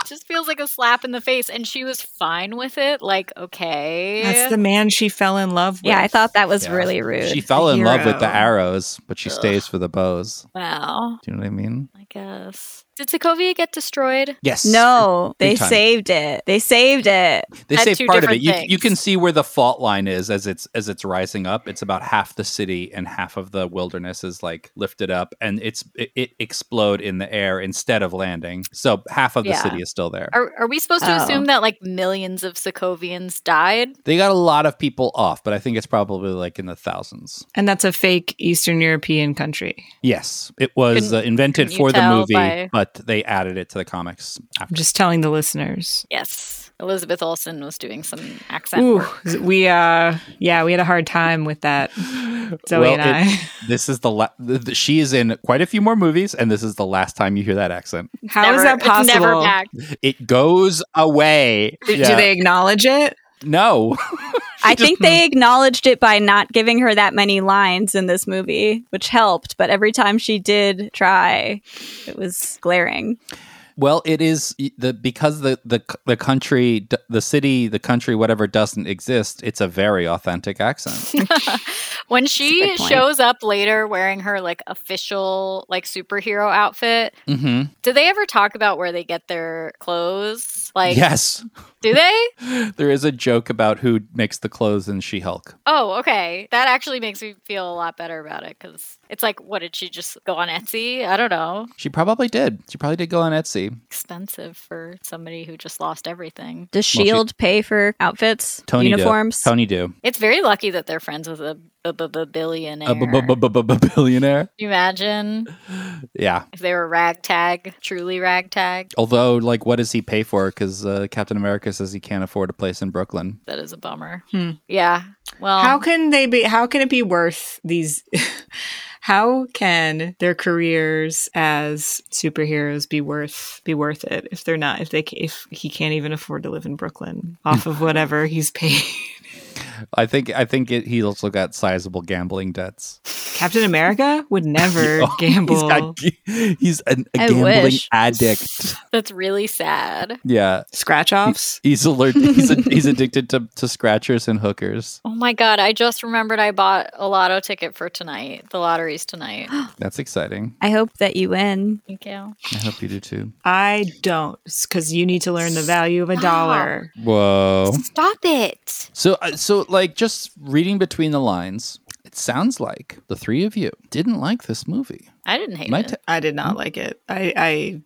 F: It just feels like a slap in the face and she was fine with it. Like, okay.
G: That's the man she fell in love with.
H: Yeah, I thought that was
D: Yeah.
H: really rude.
D: she fell in love with the
G: Hero.
D: arrows, but she
F: Ugh.
D: stays for the bows.
F: wow.
D: Do you know what I mean?
F: I guess. Did Sokovia get destroyed?
D: Yes.
H: no,
D: Big
H: they
D: time.
H: saved it. They saved it.
D: They
F: At
D: say
F: two
D: part of it.
F: different
D: You, you
F: things.
D: can see where the fault line is as it's as it's rising up. It's about half the city and half of the wilderness is like lifted up, and it's it, it explode in the air instead of landing. So half of the
F: Yeah.
D: city is still there.
F: Are, are we supposed to
H: Oh.
F: assume that like millions of Sokovians died?
D: They got a lot of people off, but I think it's probably like in the thousands.
G: And that's a fake Eastern European country.
D: Yes, it was
F: Couldn't-
D: uh, invented
F: couldn't you
D: for the
F: tell
D: movie,
F: by-
D: but they added it to the comics
G: I'm
D: after.
G: just telling the listeners.
F: Yes. Elizabeth Olsen was doing some accent.
G: Ooh,
F: work.
G: we uh yeah, we had a hard time with that. Zoe
D: Well,
G: and
D: it-
G: I.
D: This is the, la- the, the she is in quite a few more movies, and this is the last time you hear that accent.
G: How
F: Never-
G: is that
F: it's
G: possible?
F: never back.
D: It goes away.
G: Do, do
D: Yeah.
G: they acknowledge it?
D: No.
H: I think they acknowledged it by not giving her that many lines in this movie, which helped. But every time she did try, it was glaring.
D: Well, it is the because the the the country, the city, the country, whatever doesn't exist. It's a very authentic accent.
F: when she shows up later wearing her like official like superhero outfit,
D: hmm
F: do they ever talk about where they get their clothes? Like,
D: yes,
F: do they?
D: there is a joke about who makes the clothes in She Hulk.
F: Oh, okay. That actually makes me feel a lot better about it because it's like, what did she just go on Etsy? I don't know.
D: She probably did. She probably did go on Etsy.
F: Expensive for somebody who just lost everything.
H: Does
D: Well, she-
H: Shield E pay for outfits,
D: Tony do.
H: uniforms?
D: Tony do
F: It's very lucky that they're friends with a b- b- b- billionaire.
D: a b- b- b- b- b- b- billionaire.
F: Can you imagine
D: Yeah.
F: if they were ragtag, truly ragtag?
D: Although, like, what does he pay for? Because uh, Captain America says he can't afford a place in Brooklyn.
F: That is a bummer.
G: Hmm.
F: Yeah. Well,
G: How can they be? How can it be worth these? how can their careers as superheroes be worth be worth it if they're not if they ca- if he can't even afford to live in Brooklyn off of whatever he's paid?
D: I think I think it, he also got sizable gambling debts.
G: Captain America would never
D: Oh,
G: gamble.
D: He's, got, g- he's an, a
H: I
D: gambling
H: wish.
D: addict.
F: that's really sad.
D: Yeah,
G: Scratch offs.
D: he's allergic. He's, a, he's addicted to, to scratchers and hookers.
F: Oh my God. I just remembered I bought a lotto ticket for tonight. The lottery's tonight.
D: That's exciting.
H: I hope that you win.
F: Thank you.
D: I hope you do too.
G: I don't, because you need to learn the value of a dollar.
D: Whoa.
F: Stop it.
D: So uh, so like just reading between the lines, it sounds like the three of you didn't like this movie.
F: I didn't hate
D: My
F: it.
D: t-
G: I did not like it. I, I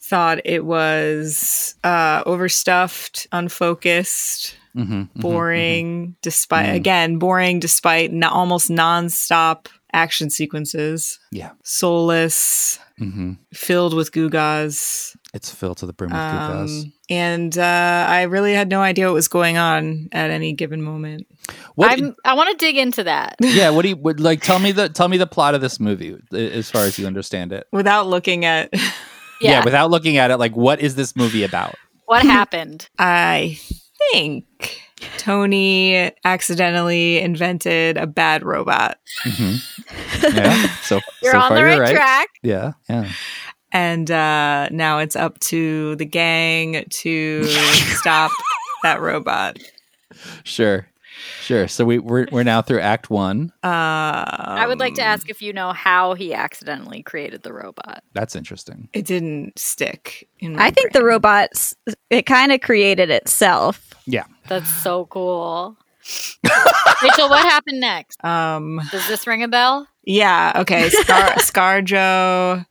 G: thought it was uh, overstuffed, unfocused.
D: Mhm,
G: Mm-hmm,
D: mhm,
G: boring despite
D: Mhm.
G: again boring despite no, almost non-stop action sequences
D: Yeah.
G: soulless
D: mhm, mhm.
G: filled with gewgaws,
D: It's filled to the brim with
G: um,
D: um,
G: and uh, i really had no idea what was going on at any given moment
D: What?
F: I'm, I want to dig into that.
D: yeah. What do you what, like? Tell me the tell me the plot of this movie uh, as far as you understand it.
G: without looking at
F: Yeah.
D: Without looking at it, like, what is this movie about?
F: what happened?
G: i think tony accidentally invented a bad robot
D: Mm-hmm. Yeah. So
F: You're
D: so
F: on
D: far
F: the right,
D: you're right.
F: track.
D: Yeah. Yeah.
G: and uh, now it's up to the gang to stop that robot
D: Sure. Sure. So we we're, we're now through Act One.
F: I would like
G: Um,
D: Um,
F: to ask if you know how he accidentally created the robot.
D: That's interesting.
G: It didn't stick. In my
H: I think the
G: brain.
H: robots, it kind of created itself.
F: That's so cool. Rachel, what happened next?
G: Um.
F: Does this ring a bell?
G: Yeah. Okay. Scar- ScarJo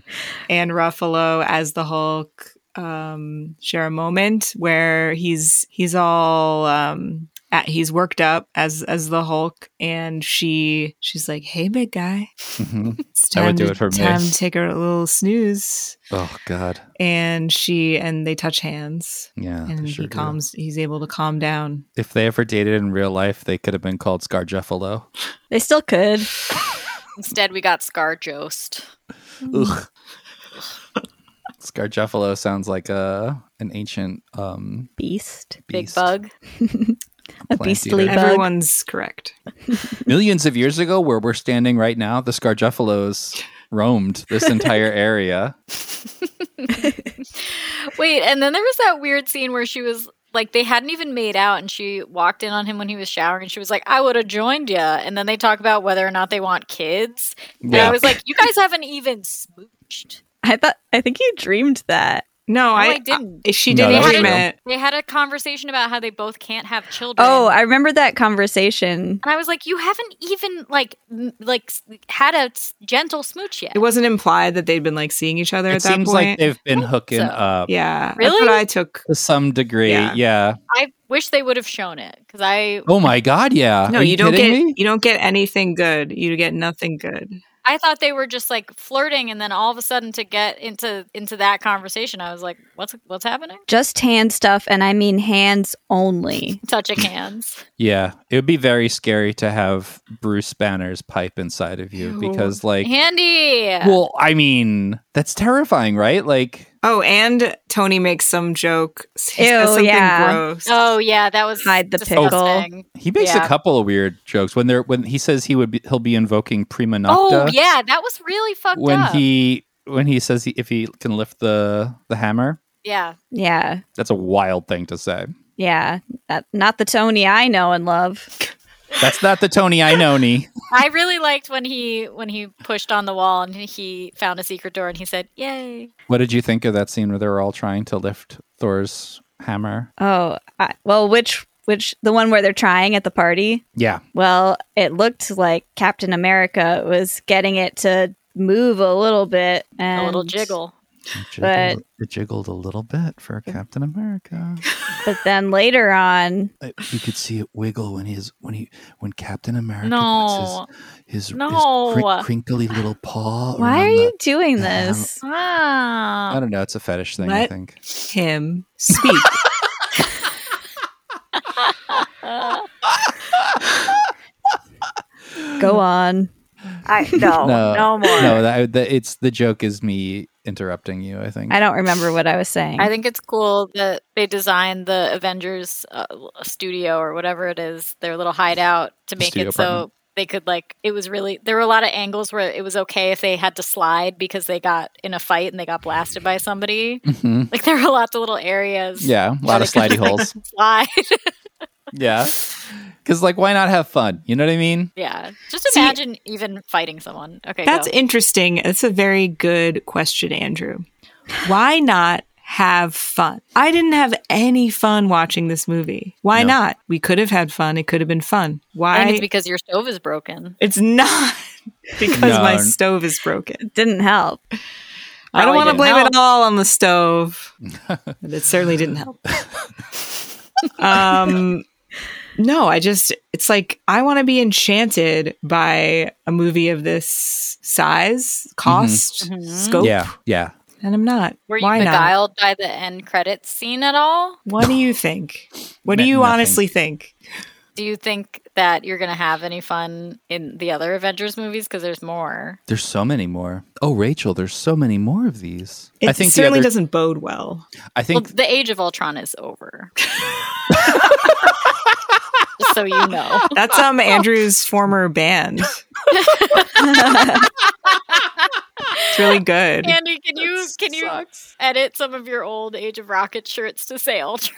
G: and Ruffalo as the Hulk um, share a moment where he's he's all um, at, he's worked up as as the Hulk, and she she's like, "Hey, big guy,
D: Mhm.
G: it's
D: That
G: time
D: would do
G: to,
D: it for me."
G: time to take a little snooze."
D: Oh God.
G: And she and they touch hands,
D: Yeah. Oh, they
G: and
D: sure
G: he
D: do.
G: calms. He's able to calm down.
D: If they ever dated in real life, they could have been called Scargeffalo.
H: They still could.
F: Instead, we got Scar Jost.
D: Ugh. Scargeffalo sounds like a an ancient um
H: Beast.
F: Big
D: beast,
F: bug.
H: A
D: plant
H: beastly
D: eater.
H: bug.
G: Everyone's correct.
D: Millions of years ago, where we're standing right now, the Scargeffalos roamed this entire area.
F: Wait, and then there was that weird scene where she was like, they hadn't even made out, and she walked in on him when he was showering, and she was like, I would have joined ya. And then they talk about whether or not they want kids. And I
D: Yeah.
F: was like, you guys haven't even smooched.
H: I thought, I think you dreamed that.
G: No,
F: No,
G: I,
F: Oh, I didn't.
G: I- she
D: No,
G: didn't
D: that was
G: dream
D: real.
G: it.
F: They had a conversation about how they both can't have children.
H: Oh, I remember that conversation.
F: and I was like, you haven't even like m- like s- had a s- gentle smooch yet.
G: It wasn't implied that they'd been like seeing each other
D: It
G: at that
D: seems like
G: point.
D: they've been hooking
F: so.
D: up
G: yeah,
F: Really?
G: That's what I took.
D: to some degree.
G: Yeah.
D: yeah.
F: I wish they would have shown it because I
D: Oh my God! Yeah.
G: No,
D: Are
G: you, don't get
D: kidding me?
G: you don't get anything good. You get nothing good.
F: I thought they were just like flirting, and then all of a sudden to get into into that conversation, I was like, what's what's happening?
H: Just hand stuff, and I mean hands only.
F: Touching hands.
D: Yeah, it would be very scary to have Bruce Banner's pipe inside of you
G: Ew.
D: because, like,
F: Handy.
D: well, I mean, that's terrifying, right? Like,
G: Oh, and Tony makes some joke. He says
H: Ew,
G: something
H: yeah.
G: gross.
F: oh yeah, that was
H: Hide the pickle.
F: disgusting.
D: he makes
F: Yeah.
D: a couple of weird jokes
G: Oh,
D: when they're when he says he would be, he'll be invoking prima nocta
F: Oh yeah, that was really fucked
D: when
F: up.
D: he when he says he, if he can lift the the hammer?
F: Yeah.
H: Yeah.
D: That's a wild thing to say.
H: Yeah. That, not the Tony I know and love.
D: That's not the Tony I know, Nee.
F: I really liked when he when he pushed on the wall and he found a secret door and he said, "Yay!"
D: What did you think of that scene where they were all trying to lift Thor's hammer?
H: Oh, I, well, which which the one where they're trying at the party?
D: Yeah.
H: Well, it looked like Captain America was getting it to move a little bit and
F: a little jiggle.
D: It
H: But-
D: it jiggled a little bit for Captain America.
H: But then later on,
D: Uh, you could see it wiggle when his when he when Captain America
F: No.
D: puts his his, his
F: No.
D: crin- crinkly little paw.
H: why are
D: around the-
H: you doing
D: Yeah,
H: this?
D: I
F: Ah.
D: don't know. It's a fetish thing. I
G: What?
D: think.
G: Him speak.
H: Go on.
F: I, Oh, no,
D: No, that, that- it's the joke is me interrupting you. I think.
H: I don't remember what I was saying.
F: I think it's cool that they designed the Avengers uh, studio or whatever it is, their little hideout, to
D: The
F: make
D: studio
F: it so
D: apartment.
F: they could like. It was really there were a lot of angles where it was okay if they had to slide because they got in a fight and they got blasted by somebody.
D: Mhm.
F: Like there were lots of little areas.
D: Yeah, a lot of
F: where they
D: slidey
F: could, like,
D: holes.
F: Slide.
D: Yeah, because like, why not have fun? You know what I mean?
F: yeah. Just
G: See-
F: imagine even fighting someone. Okay.
G: That's
F: go.
G: interesting. That's a very good question, Andrew. Why not have fun? I didn't have any fun watching this movie. Why
D: No.
G: not? We could have had fun. It could have been fun.
F: I
G: Why?
F: think it's
G: It's,
F: because your stove is broken.
G: not because
D: No.
G: my stove is broken.
H: didn't help.
G: I don't
F: Probably
G: want to
F: didn't
G: blame
F: help.
G: it all on the stove. but it certainly didn't help. um no, I just it's like I want to be enchanted by a movie of this size, cost,
F: Mhm.
G: scope.
D: Mm-hmm. Yeah, yeah.
G: and I'm not.
F: Were you
G: Why not?
F: beguiled by the end credits scene at all?
G: What do you think? What do
D: Meant
G: you
D: nothing.
G: honestly think?
F: Do you think that you're going to have any fun in the other Avengers movies? Because there's more.
D: There's so many more. Oh, Rachel, there's so many more of these.
G: It
D: I think the
G: certainly
D: other,
G: doesn't bode well.
D: I
F: Well,
D: think
F: the Age of Ultron is over. Just so you know.
G: That's um Andrew's former band. it's really good.
F: Andy, can you can you edit some of your old Age of Rocket shirts to say Ultron?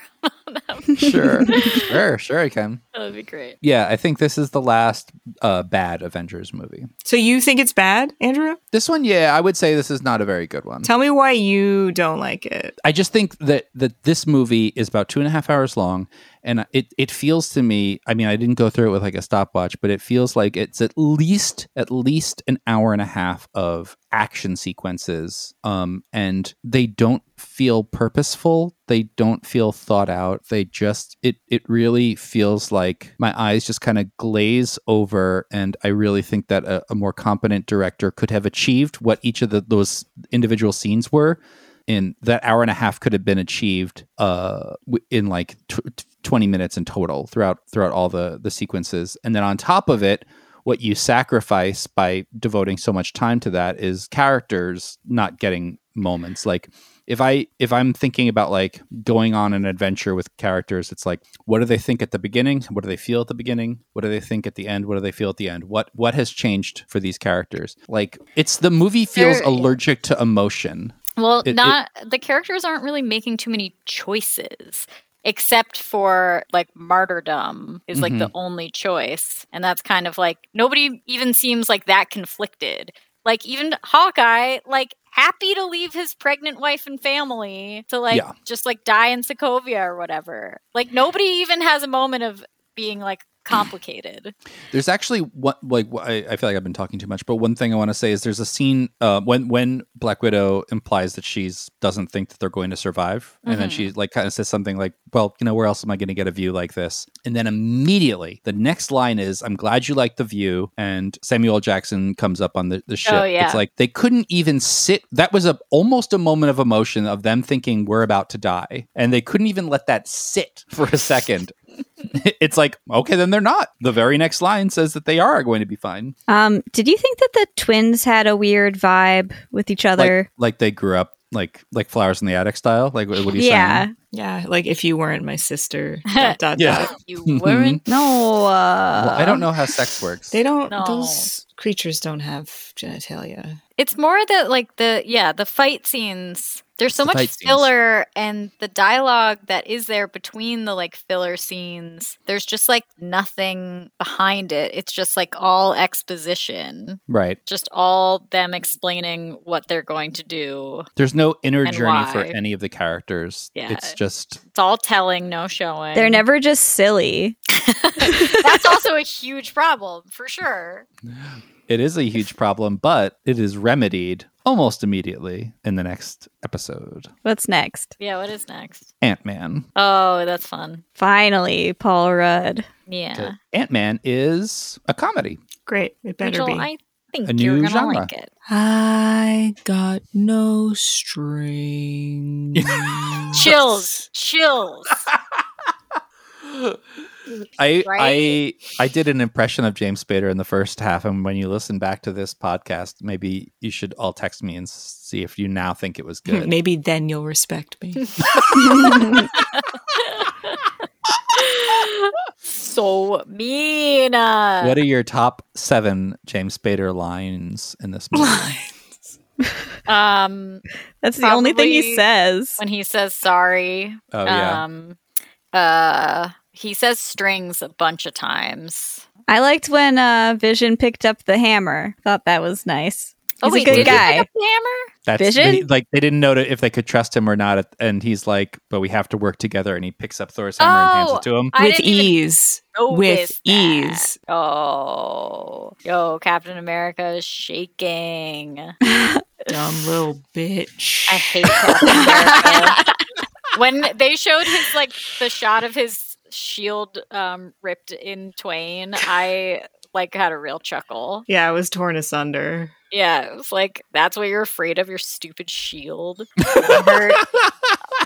D: sure, sure, sure. I can.
F: That would be great.
D: Yeah, I think this is the last uh, bad Avengers movie.
G: So you think it's bad, Andrew?
D: This one, yeah, I would say this is not a very good one.
G: Tell me why you don't like it.
D: I just think that that this movie is about two and a half hours long, and it it feels to me. I mean, I didn't go through it with like a stopwatch, but it feels like it's at least at least an hour and a half of action sequences. Um, and they don't feel purposeful. They don't feel thought out. They just it it really feels like my eyes just kind of glaze over, and I really think that a, a more competent director could have achieved what each of the, those individual scenes were in that hour and a half could have been achieved uh w- in like tw- tw- 20 minutes in total throughout throughout all the the sequences and then on top of it what you sacrifice by devoting so much time to that is characters not getting moments like if i if i'm thinking about like going on an adventure with characters it's like what do they think at the beginning what do they feel at the beginning what do they think at the end what do they feel at the end what what has changed for these characters like it's the movie feels
F: There-
D: allergic to emotion
F: Well,
D: It- it-
F: not the characters aren't really making too many choices, except for like martyrdom is like the
D: Mm-hmm.
F: only choice, and that's kind of like nobody even seems like that conflicted. Like even Hawkeye, like happy to leave his pregnant wife and family to like
D: Yeah.
F: just like die in Sokovia or whatever. Like nobody even has a moment of being like complicated.
D: There's actually what like wh- I, I feel like I've been talking too much, but one thing I want to say is there's a scene uh, when when Black Widow implies that she's doesn't think that they're going to survive, and then
F: Mhm.
D: she like kind of says something like, "Well, you know, where else am I going to get a view like this?" And then immediately the next line is, "I'm glad you like the view," and Samuel L. Jackson comes up on the, the ship.
F: Oh, yeah.
D: It's like they couldn't even sit. That was a almost a moment of emotion of them thinking we're about to die, and they couldn't even let that sit for a second it's like okay then they're not the very next line says that they are going to be fine
H: Um, did you think that the twins had a weird vibe with each
D: like,
H: other?
D: like they grew up like like flowers in the attic style like what are you
H: yeah.
D: saying
G: Yeah, like if you weren't my sister. dot, dot,
D: Yeah.
G: dot.
F: You
D: Mhm.
F: weren't.
H: No, uh,
D: well, I don't know how sex works.
G: They don't.
F: No.
G: Those creatures don't have genitalia.
F: It's more that like the yeah the fight scenes. There's so
D: The
F: much
D: fight scenes.
F: filler and the dialogue that is there between the like filler scenes. There's just like nothing behind it. It's just like all exposition,
D: right.
F: just all them explaining what they're going to do.
D: There's no inner
F: And
D: journey for
F: why.
D: any of the characters.
F: Yeah.
D: It's just
F: It's all telling, no showing.
H: they're never just silly.
F: That's also a huge problem for sure.
D: it is a huge problem, but it is remedied almost immediately in the next episode.
H: What's next?
F: Yeah. What is next?
D: Ant Man.
F: Oh, that's fun.
H: Finally, Paul Rudd.
F: Yeah.
D: Ant Man is a comedy.
G: Great. It better
F: Rachel,
G: be.
F: I think
D: A
F: you're
D: new
F: gonna
D: genre.
F: like it.
G: I got no string.
F: Chills, chills.
D: I
F: Right?
D: I I did an impression of James Spader in the first half, and when you listen back to this podcast, maybe you should all text me and s- see if you now think it was good.
G: Maybe then you'll respect me.
F: so mean. uh,
D: what are your top seven James Spader lines in this movie?
F: um,
H: That's the only thing he
F: Probably-
H: says.
F: when he says sorry,
D: oh yeah,
F: um, uh, he says strings a bunch of times.
H: I liked when uh, Vision picked up the hammer. Thought that was nice. He's
F: oh wait,
H: a good
F: did
H: guy.
F: he pick up the hammer?
D: that's
H: Vision?
D: they- like they didn't know to- if they could trust him or not, at- and he's like, "But we have to work together." And he picks up Thor's hammer and hands
F: Oh,
D: it to him.
F: I
G: With
F: didn't even
G: ease.
F: notice
G: With
F: that.
G: ease.
F: Oh, yo, Captain America is shaking.
G: Dumb little bitch.
F: I hate Captain America. when they showed his like the shot of his shield um, ripped in twain, I like had a real chuckle.
G: yeah, it was torn asunder.
F: Yeah, it was like that's what you're afraid of your stupid shield. I'm hurt.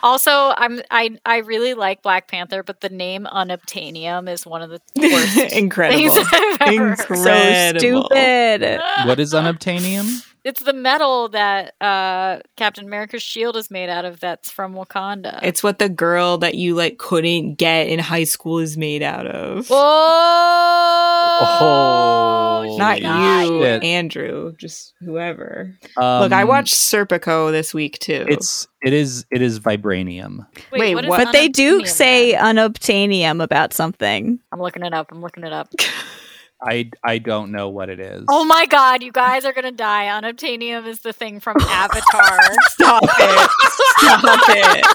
F: also, I'm I I really like Black Panther, but the name Unobtainium is one of the worst
G: Incredible.
F: things I've ever heard.
H: So
G: Incredible.
H: stupid.
D: what is unobtainium?
F: It's the metal that uh, Captain America's shield is made out of. That's from Wakanda.
G: It's what the girl that you like couldn't get in high school is made out of.
F: Whoa!
D: Oh,
G: Not
D: Holy
G: you,
D: shit.
G: Andrew, just whoever.
D: Um,
G: Look, I watched Serpico this week too.
D: It's it is it is vibranium.
G: wait,
F: is
G: what-
H: But they do
F: unobtainium
H: say uh,
F: then?
H: unobtainium about something.
F: I'm looking it up. I'm looking it up.
D: I I don't know what it is.
F: Oh my god, you guys are gonna die. Unobtainium is the thing from Avatar.
G: Stop it. Stop it.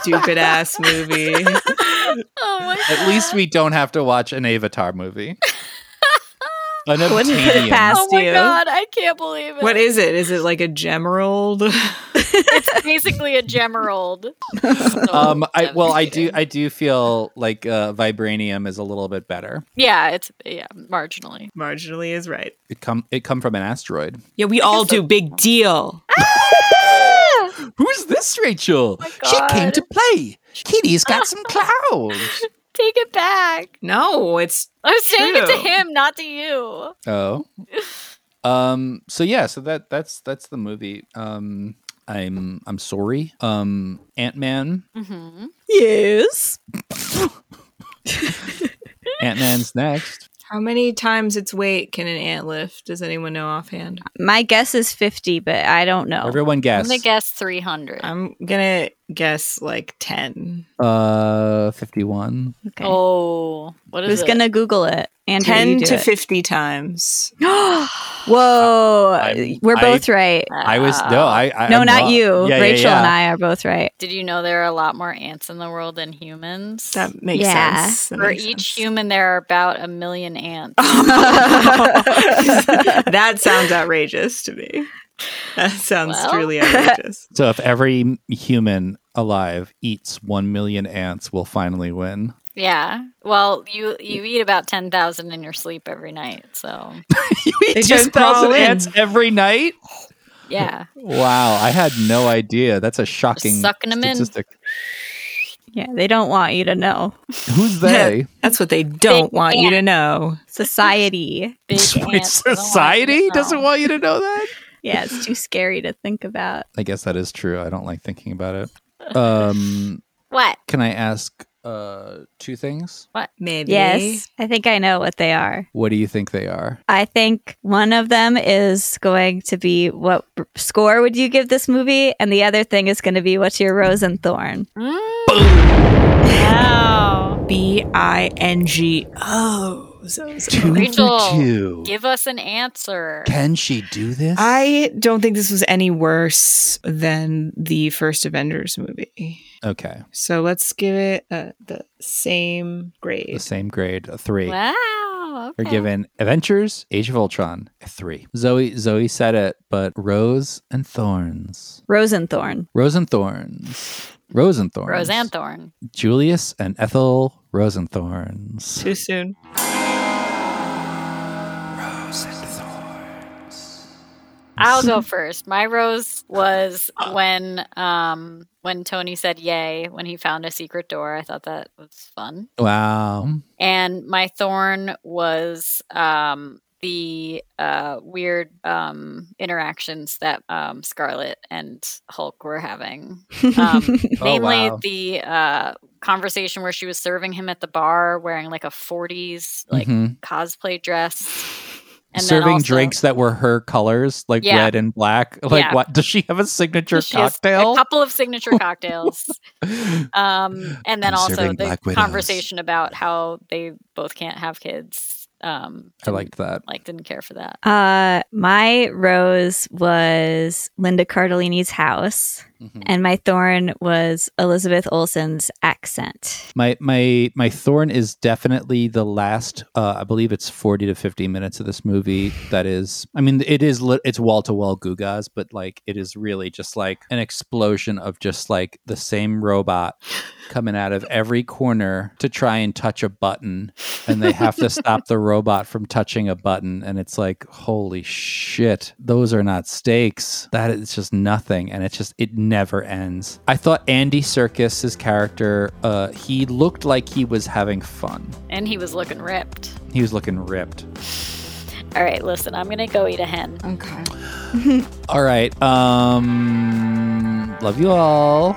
G: Stupid ass movie.
F: oh my
D: At least we don't have to watch an Avatar movie. An
H: Wouldn't put it
D: Obtainium.
H: past
F: Oh my
H: you.
F: god, I can't believe it.
G: What is it? Is it like a gemerald?
F: it's basically a gemerald. So
D: um I well I do
F: devastating.
D: I do feel like uh, vibranium is a little bit better.
F: Yeah, it's yeah, marginally.
G: Marginally is right.
D: It come it come from an asteroid.
G: Yeah, we all do. Big deal.
D: Who's this Rachel? she came
F: Oh God.
D: to play. Kitty's got some clouds.
F: Take it back.
G: No, it's
F: I'm saying it
G: True.
F: to him, not to you.
D: Oh. Um so yeah, so that that's that's the movie. Um I'm I'm sorry. Um Ant-Man
F: Mm-hmm.
H: Yes.
D: Ant-Man's next.
G: how many times its weight can an ant lift? Does anyone know offhand?
H: My guess is 50, but I don't
C: Oh.
H: know.
D: Everyone
F: I'm
D: guess.
F: gonna guess 300.
G: I'm gonna guess like ten.
D: Uh 51.
H: okay.
F: Oh, what is
H: Who's
F: it?
H: going to Google it? Andrew,
G: Ten
H: you do
G: to
H: it.
G: fifty times.
H: Whoa.
D: I'm-
H: Uh, We're
D: I-
H: both right.
D: I was no, I, I
H: no,
D: I'm
H: not
D: wrong.
H: you.
D: Yeah, yeah,
H: Rachel
D: yeah.
H: and I are both right.
F: Did you know there are a lot more ants in the world than humans?
G: That makes
H: Yeah.
G: sense. That
F: For
G: makes
F: each
G: sense.
F: human, there are about a million ants.
G: that sounds outrageous to me. That sounds
F: Well.
G: truly outrageous.
D: So if every m- human alive eats 1 million ants, we'll finally win.
F: yeah. Well, you you eat about ten thousand in your sleep every night. So
D: you
G: They just crawl in.
D: every night?
F: yeah,
D: Wow, I had no idea. That's a shocking
F: sucking 'em in.
D: statistic.
H: Yeah, they don't want you to know.
D: Who's they?
G: That's what they don't want you to know.
H: Society.
F: Big
D: Wait,
F: ants don't want
D: society
F: you to
D: doesn't
F: know.
D: want you to know that.
H: Yeah, it's too scary to think about.
D: I guess that is true. I don't like thinking about it. Um,
F: What?
D: can I ask uh, two things?
G: Maybe.
H: Yes, I think I know what they are.
D: What do you think they are?
H: I think one of them is going to be what b- score would you give this movie, and the other thing is going to be what's your rose and thorn.
F: Wow.
G: B I N G O.
F: Rachel,
D: two.
F: Give us an answer.
D: Can she do this?
G: I don't think this was any worse than the first Avengers movie.
D: okay.
G: So let's give it uh, the
D: The
G: same grade.
D: same grade, a three.
F: Wow.
D: We're
F: Okay.
D: given Adventures, Age of Ultron, a three. Zoe, Zoe said it, but Rose and Thorns,
H: Rose and thorn.
D: Rose and Thorns, Rose and Thorns,
F: Roseanne Thorne.
D: Julius and Ethel Rosenthorns.
G: Too soon.
F: I'll go first. My rose was when um when Tony said yay when he found a secret door. I thought that was fun.
D: Wow.
F: And my thorn was um the uh weird um interactions that um Scarlet and Hulk were having. Um, namely
D: Oh, wow.
F: the uh conversation where she was serving him at the bar wearing like a 40s like
D: Mhm.
F: cosplay dress and then
D: Serving
F: also-
D: drinks that were her colors, like
F: Yeah.
D: red and black. Like,
F: Yeah.
D: what does she have a signature
F: She has
D: cocktail?
F: a couple of signature cocktails um and then
D: I'm
F: also
D: serving
F: the
D: Black Widows.
F: conversation about how they both can't have kids um
D: I
F: didn't-
D: liked that.
F: like didn't care for that
H: Uh, my rose was Linda Cardellini's house,
D: Mhm.
H: and my thorn was Elizabeth Olsen's accent.
D: My my my thorn is definitely the last. Uh, I believe it's forty to fifty minutes of this movie. That is, I mean, it is lit- it's wall to wall Gugas, but like it is really just like an explosion of just like the same robot coming out of every corner to try and touch a button, and they have to stop the robot from touching a button. And it's like, holy shit, those are not stakes. That is just nothing, and it's just it never ends. I thought Andy Circus's character, uh, he looked like he was having fun.
F: and he was looking ripped
D: He was looking ripped.
F: all right listen i'm gonna go eat a hen
I: Mm.
E: Okay.
D: All right, um, love you all.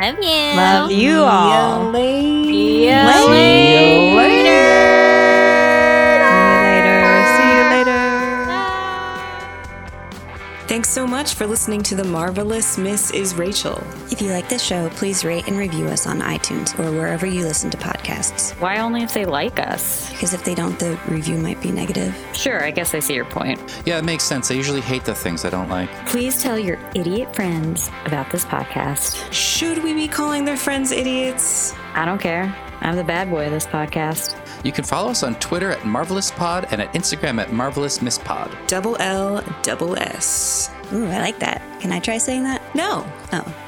F: love you
H: Love you all.
F: See ya
H: Love
F: later.
H: See you later.
J: Thanks so much for listening to The Marvelous Miss is Rachel.
I: If you like this show, please rate and review us on iTunes or wherever you listen to podcasts.
F: why only if they like us
I: Because if they don't, the review might be negative.
F: sure i guess i see your point
D: Yeah, it makes sense. I usually hate the things I don't like.
I: Please tell your idiot friends about this podcast.
J: Should we be calling their friends idiots?
I: I don't care. I'm the bad boy of this podcast.
D: You can follow us on Twitter at MarvelousPod and at Instagram at MarvelousMissPod.
J: Double L, double S.
I: Ooh, I like that. Can I try saying that?
J: No.
I: Oh.